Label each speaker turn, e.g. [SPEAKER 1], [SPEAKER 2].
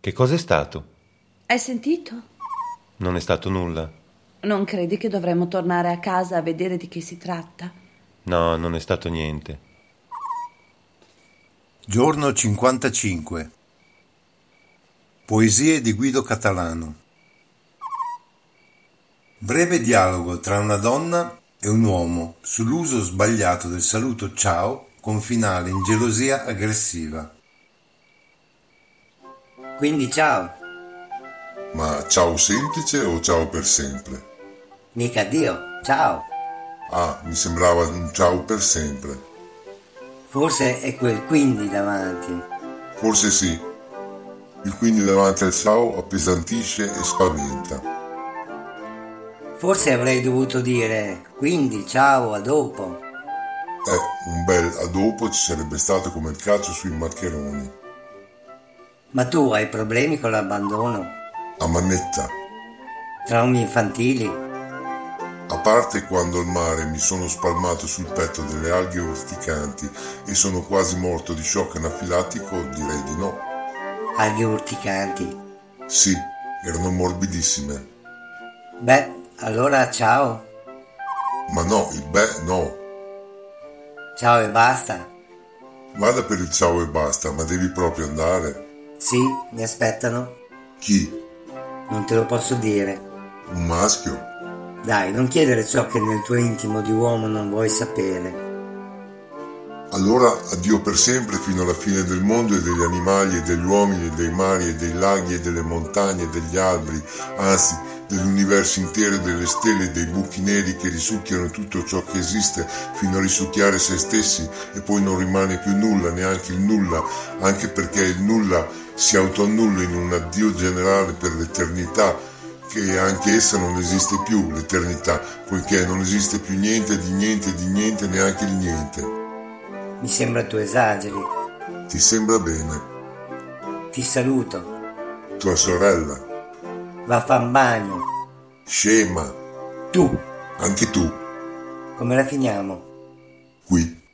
[SPEAKER 1] Che cos'è stato?
[SPEAKER 2] Hai sentito?
[SPEAKER 1] Non è stato nulla.
[SPEAKER 2] Non credi che dovremmo tornare a casa a vedere di che si tratta?
[SPEAKER 1] No, non è stato niente.
[SPEAKER 3] Giorno 55 Poesie di Guido Catalano Breve dialogo tra una donna e un uomo sull'uso sbagliato del saluto ciao con finale in gelosia aggressiva.
[SPEAKER 4] Quindi ciao,
[SPEAKER 5] Ma ciao semplice o ciao per sempre?
[SPEAKER 4] mica Dio, ciao.
[SPEAKER 5] Ah, mi sembrava un ciao per sempre.
[SPEAKER 4] Forse è quel quindi davanti.
[SPEAKER 5] Forse sì. Il quindi davanti al ciao appesantisce e spaventa.
[SPEAKER 4] Forse avrei dovuto dire quindi ciao a dopo.
[SPEAKER 5] Eh, un bel a dopo ci sarebbe stato come il calcio sui maccheroni.
[SPEAKER 4] Ma tu hai problemi con l'abbandono?
[SPEAKER 5] A manetta.
[SPEAKER 4] Traumi infantili?
[SPEAKER 5] A parte quando al mare mi sono spalmato sul petto delle alghe urticanti e sono quasi morto di shock anafilattico, direi di no.
[SPEAKER 4] Alghe urticanti?
[SPEAKER 5] Sì, erano morbidissime.
[SPEAKER 4] Beh, allora ciao.
[SPEAKER 5] Ma no, il beh no.
[SPEAKER 4] Ciao e basta.
[SPEAKER 5] Vada per il ciao e basta, ma devi proprio andare.
[SPEAKER 4] Sì, mi aspettano.
[SPEAKER 5] Chi?
[SPEAKER 4] Non te lo posso dire.
[SPEAKER 5] Un maschio?
[SPEAKER 4] Dai, non chiedere ciò che nel tuo intimo di uomo non vuoi sapere.
[SPEAKER 5] Allora addio per sempre fino alla fine del mondo e degli animali e degli uomini e dei mari e dei laghi e delle montagne e degli alberi, anzi dell'universo intero e delle stelle e dei buchi neri che risucchiano tutto ciò che esiste fino a risucchiare se stessi e poi non rimane più nulla, neanche il nulla, anche perché il nulla si autoannulla in un addio generale per l'eternità che anche essa non esiste più, l'eternità, poiché non esiste più niente di niente di niente, neanche il niente.
[SPEAKER 4] Mi sembra tu esageri.
[SPEAKER 5] Ti sembra bene.
[SPEAKER 4] Ti saluto.
[SPEAKER 5] Tua sorella.
[SPEAKER 4] Va a fan bagno.
[SPEAKER 5] Scema.
[SPEAKER 4] Tu,
[SPEAKER 5] Anche tu.
[SPEAKER 4] come la finiamo?
[SPEAKER 5] Qui.